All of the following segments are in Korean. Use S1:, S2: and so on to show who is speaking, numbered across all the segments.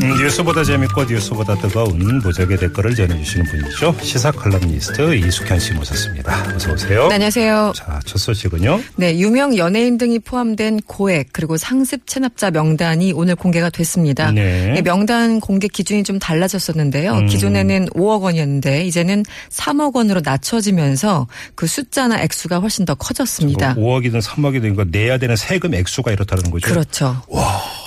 S1: 음, 뉴스보다 재밌고 뉴스보다 뜨거운 무적의 댓글을 전해주시는 분이죠. 시사 칼럼니스트 이숙현 씨 모셨습니다. 어서 오세요.
S2: 네, 안녕하세요.
S1: 자, 첫 소식은요.
S2: 네, 유명 연예인 등이 포함된 고액 그리고 상습 체납자 명단이 오늘 공개가 됐습니다. 예,
S1: 네. 음.
S2: 명단 공개 기준이 좀 달라졌었는데요. 기존에는 5억 원이었는데 이제는 3억 원으로 낮춰지면서 그 숫자나 액수가 훨씬 더 커졌습니다.
S1: 5억이든 3억이든 이거 내야 되는 세금 액수가 이렇다는 거죠.
S2: 그렇죠.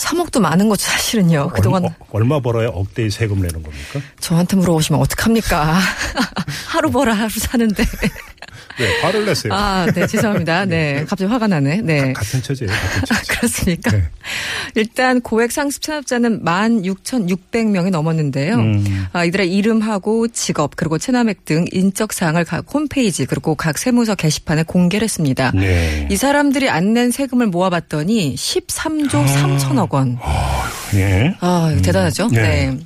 S2: 3억도 많은 거죠, 사실은요. 그동안
S1: 얼마, 어, 얼마 벌어야 억대의 세금을 내는 겁니까?
S2: 저한테 물어보시면 어떡합니까? 하루 벌어 하루 사는데.
S1: 네, 화를 냈어요.
S2: 아, 네, 죄송합니다. 네, 갑자기 화가 나네. 네.
S1: 같은 처지예요. 같은
S2: 아,
S1: 처지.
S2: 그렇습니까?
S1: 네.
S2: 일단 고액 상습 체납자는 16,600명이 넘었는데요.
S1: 음.
S2: 아, 이들의 이름하고 직업 그리고 체납액 등 인적 사항을 각 홈페이지 그리고 각 세무서 게시판에 공개를 했습니다.
S1: 네.
S2: 이 사람들이 안 낸 세금을 모아봤더니 13조 3천억 원.
S1: 예.
S2: 아, 대단하죠?
S1: 예.
S2: 네.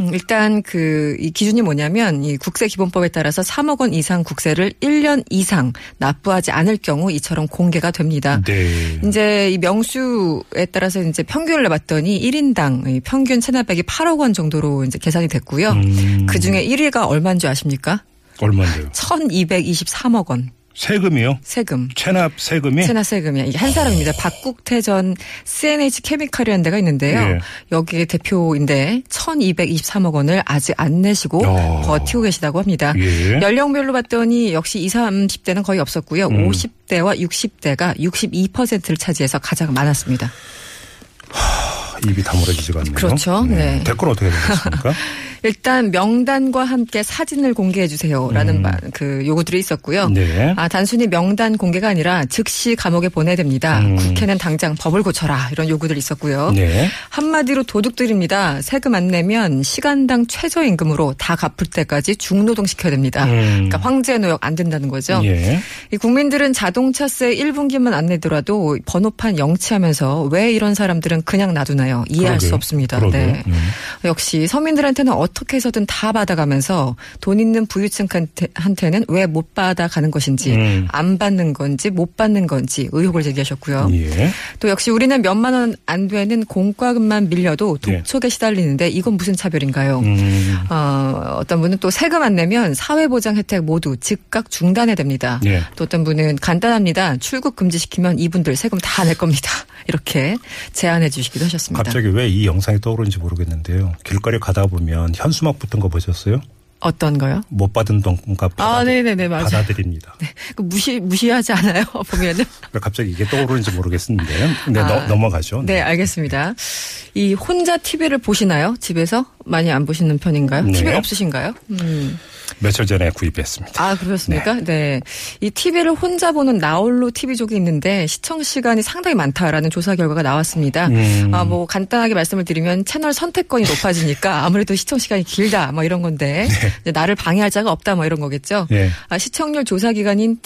S2: 음, 일단 그 이 기준이 뭐냐면 이 국세 기본법에 따라서 3억 원 이상 국세를 1년 이상 납부하지 않을 경우 이처럼 공개가 됩니다.
S1: 네.
S2: 이제 이 명수에 따라서 이제 평균을 내봤더니 1인당 이 평균 체납액이 8억 원 정도로 이제 계산이 됐고요.
S1: 음.
S2: 그 중에 1위가 얼마인 줄 아십니까?
S1: 얼마인데요?
S2: 1223억 원
S1: 세금이요?
S2: 세금.
S1: 체납 세금이?
S2: 체납 세금이야. 이게 한 사람입니다. 박국태 전 CNH 케미칼이라는 데가 있는데요.
S1: 예.
S2: 여기에 대표인데 1223억 원을 아직 안 내시고
S1: 야.
S2: 버티고 계시다고 합니다.
S1: 예.
S2: 연령별로 봤더니 역시 20, 30대는 거의 없었고요.
S1: 음.
S2: 50대와 60대가 62%를 차지해서 가장 많았습니다.
S1: 아, 입이 다물어지지가 않네요.
S2: 그렇죠. 네.
S1: 댓글 어떻게 되겠습니까?
S2: 일단 명단과 함께 사진을 공개해 주세요라는 바- 그 요구들이 있었고요.
S1: 음. 네.
S2: 아 단순히 명단 공개가 아니라 즉시 감옥에 보내야 됩니다.
S1: 음.
S2: 국회는 당장 법을 고쳐라 이런 요구들이 있었고요.
S1: 네.
S2: 한마디로 도둑들입니다. 세금 안 내면 시간당 최저임금으로 다 갚을 때까지 중노동 시켜야 됩니다.
S1: 음.
S2: 그러니까 황제 노역 안 된다는 거죠.
S1: 예.
S2: 이 국민들은 자동차세 1분기만 안 내더라도 번호판 영치하면서 왜 이런 사람들은 그냥 놔두나요? 이해할
S1: 그러게요.
S2: 수 없습니다.
S1: 그러게요.
S2: 네.
S1: 음.
S2: 역시 서민들한테는 어떻게 해서든 다 받아가면서 돈 있는 부유층한테는 왜 못 받아가는 것인지
S1: 음.
S2: 안 받는 건지 못 받는 건지 의혹을 제기하셨고요.
S1: 예.
S2: 또 역시 우리는 몇만 원 안 되는 공과금만 밀려도
S1: 예.
S2: 독촉에 시달리는데 이건 무슨 차별인가요?
S1: 음.
S2: 어, 어떤 분은 또 세금 안 내면 사회보장 혜택 모두 즉각 중단해야 됩니다.
S1: 예.
S2: 또 어떤 분은 간단합니다. 출국 금지시키면 이분들 세금 다 낼 겁니다. 이렇게 제안해 주시기도 하셨습니다.
S1: 갑자기 왜 이 영상이 떠오르는지 모르겠는데요. 길거리 가다 보면 현수막 붙은 거 보셨어요?
S2: 어떤 거요?
S1: 못 받은 돈값
S2: 아, 네네네, 맞아요.
S1: 받아들입니다.
S2: 그 무시, 무시하지 않아요? 보면은.
S1: 왜 갑자기 이게 떠오르는지 모르겠는데요. 네,
S2: 아,
S1: 너- 넘어가죠.
S2: 네, 알겠습니다. 이 혼자 TV를 보시나요? 집에서? 많이 안 보시는 편인가요?
S1: 네.
S2: TV 없으신가요? 음.
S1: 며칠 전에 구입했습니다.
S2: 아, 그렇습니까? 네. 이 TV를 혼자 보는 나홀로 TV족이 있는데 시청 시간이 상당히 많다라는 조사 결과가 나왔습니다.
S1: 음.
S2: 아, 뭐 간단하게 말씀을 드리면 채널 선택권이 높아지니까 아무래도 시청 시간이 길다 뭐 이런 건데 이제 나를 방해할 자가 없다 뭐 이런 거겠죠.
S1: 예.
S2: 아, 시청률 조사 기관인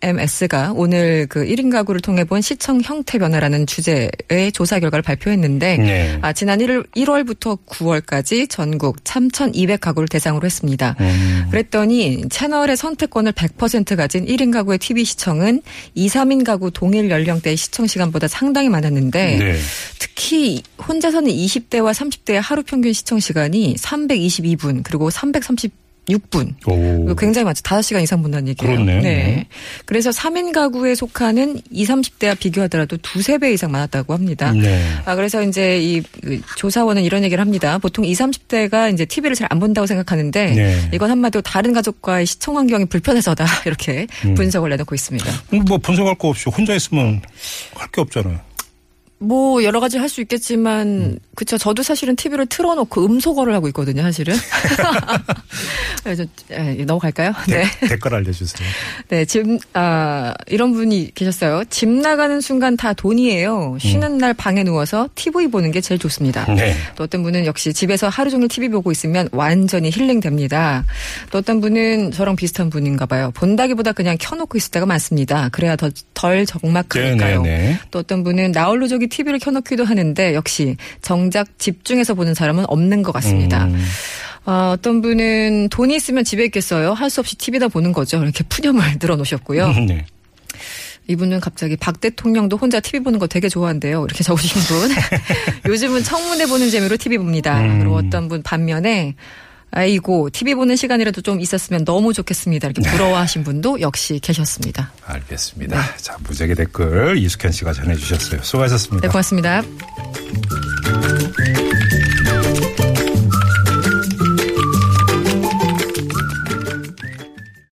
S2: TNMS가 오늘 그 1인 가구를 통해 본 시청 형태 변화라는 주제의 조사 결과를 발표했는데
S1: 네.
S2: 아, 지난 1월, 1월부터 9월까지 전국 3,200가구를 대상으로 했습니다.
S1: 음.
S2: 그랬더니 채널의 선택권을 100% 가진 1인 가구의 TV 시청은 2, 3인 가구 동일 연령대의 시청 시간보다 상당히 많았는데
S1: 네.
S2: 특히 혼자서는 20대와 30대의 하루 평균 시청 시간이 322분 그리고 336분
S1: 오.
S2: 굉장히 많죠. 5시간 이상 본다는 얘기예요.
S1: 그렇네요. 네.
S2: 네. 그래서 3인 가구에 속하는 20, 30대와 비교하더라도 두세 배 이상 많았다고 합니다.
S1: 네.
S2: 아, 그래서 이제 이 그, 조사원은 이런 얘기를 합니다. 보통 20, 30대가 이제 TV를 잘 안 본다고 생각하는데
S1: 네.
S2: 이건 한마디로 다른 가족과의 시청 환경이 불편해서다. 이렇게 분석을 내놓고 있습니다.
S1: 음, 뭐 분석할 거 없이 혼자 있으면 할 게 없잖아요.
S2: 뭐 여러 가지 할 수 있겠지만 그쵸 저도 사실은 TV를 틀어놓고 음소거를 하고 있거든요 사실은 그래서 예, 넘어갈까요? 네.
S1: 데- 댓글 알려주세요.
S2: 네, 지금 아 이런 분이 계셨어요. 집 나가는 순간 다 돈이에요. 쉬는 날 방에 누워서 TV 보는 게 제일 좋습니다.
S1: 네.
S2: 또 어떤 분은 역시 집에서 하루 종일 TV 보고 있으면 완전히 힐링됩니다. 또 어떤 분은 저랑 비슷한 분인가 봐요. 본다기보다 그냥 켜놓고 있을 때가 많습니다. 그래야 더, 덜 적막하니까요.
S1: 네네네.
S2: 또 어떤 분은 나홀로족이
S1: 음.
S2: TV를 켜놓기도 하는데 역시 정작 집중해서 보는 사람은 없는 것 같습니다. 아, 어떤 분은 돈이 있으면 집에 있겠어요. 할 수 없이 TV다 보는 거죠. 이렇게 푸념을 늘어놓으셨고요.
S1: 네.
S2: 이분은 갑자기 박 대통령도 혼자 TV 보는 거 되게 좋아한대요. 이렇게 적으신 분. 요즘은 청문회 보는 재미로 TV 봅니다.
S1: 음.
S2: 그리고 어떤 분 반면에 아이고 TV 보는 시간이라도 좀 있었으면 너무 좋겠습니다. 이렇게 부러워하신 분도 역시 계셨습니다.
S1: 알겠습니다.
S2: 네.
S1: 자, 무적의 댓글 이숙현 씨가 전해주셨어요. 수고하셨습니다.
S2: 네, 고맙습니다.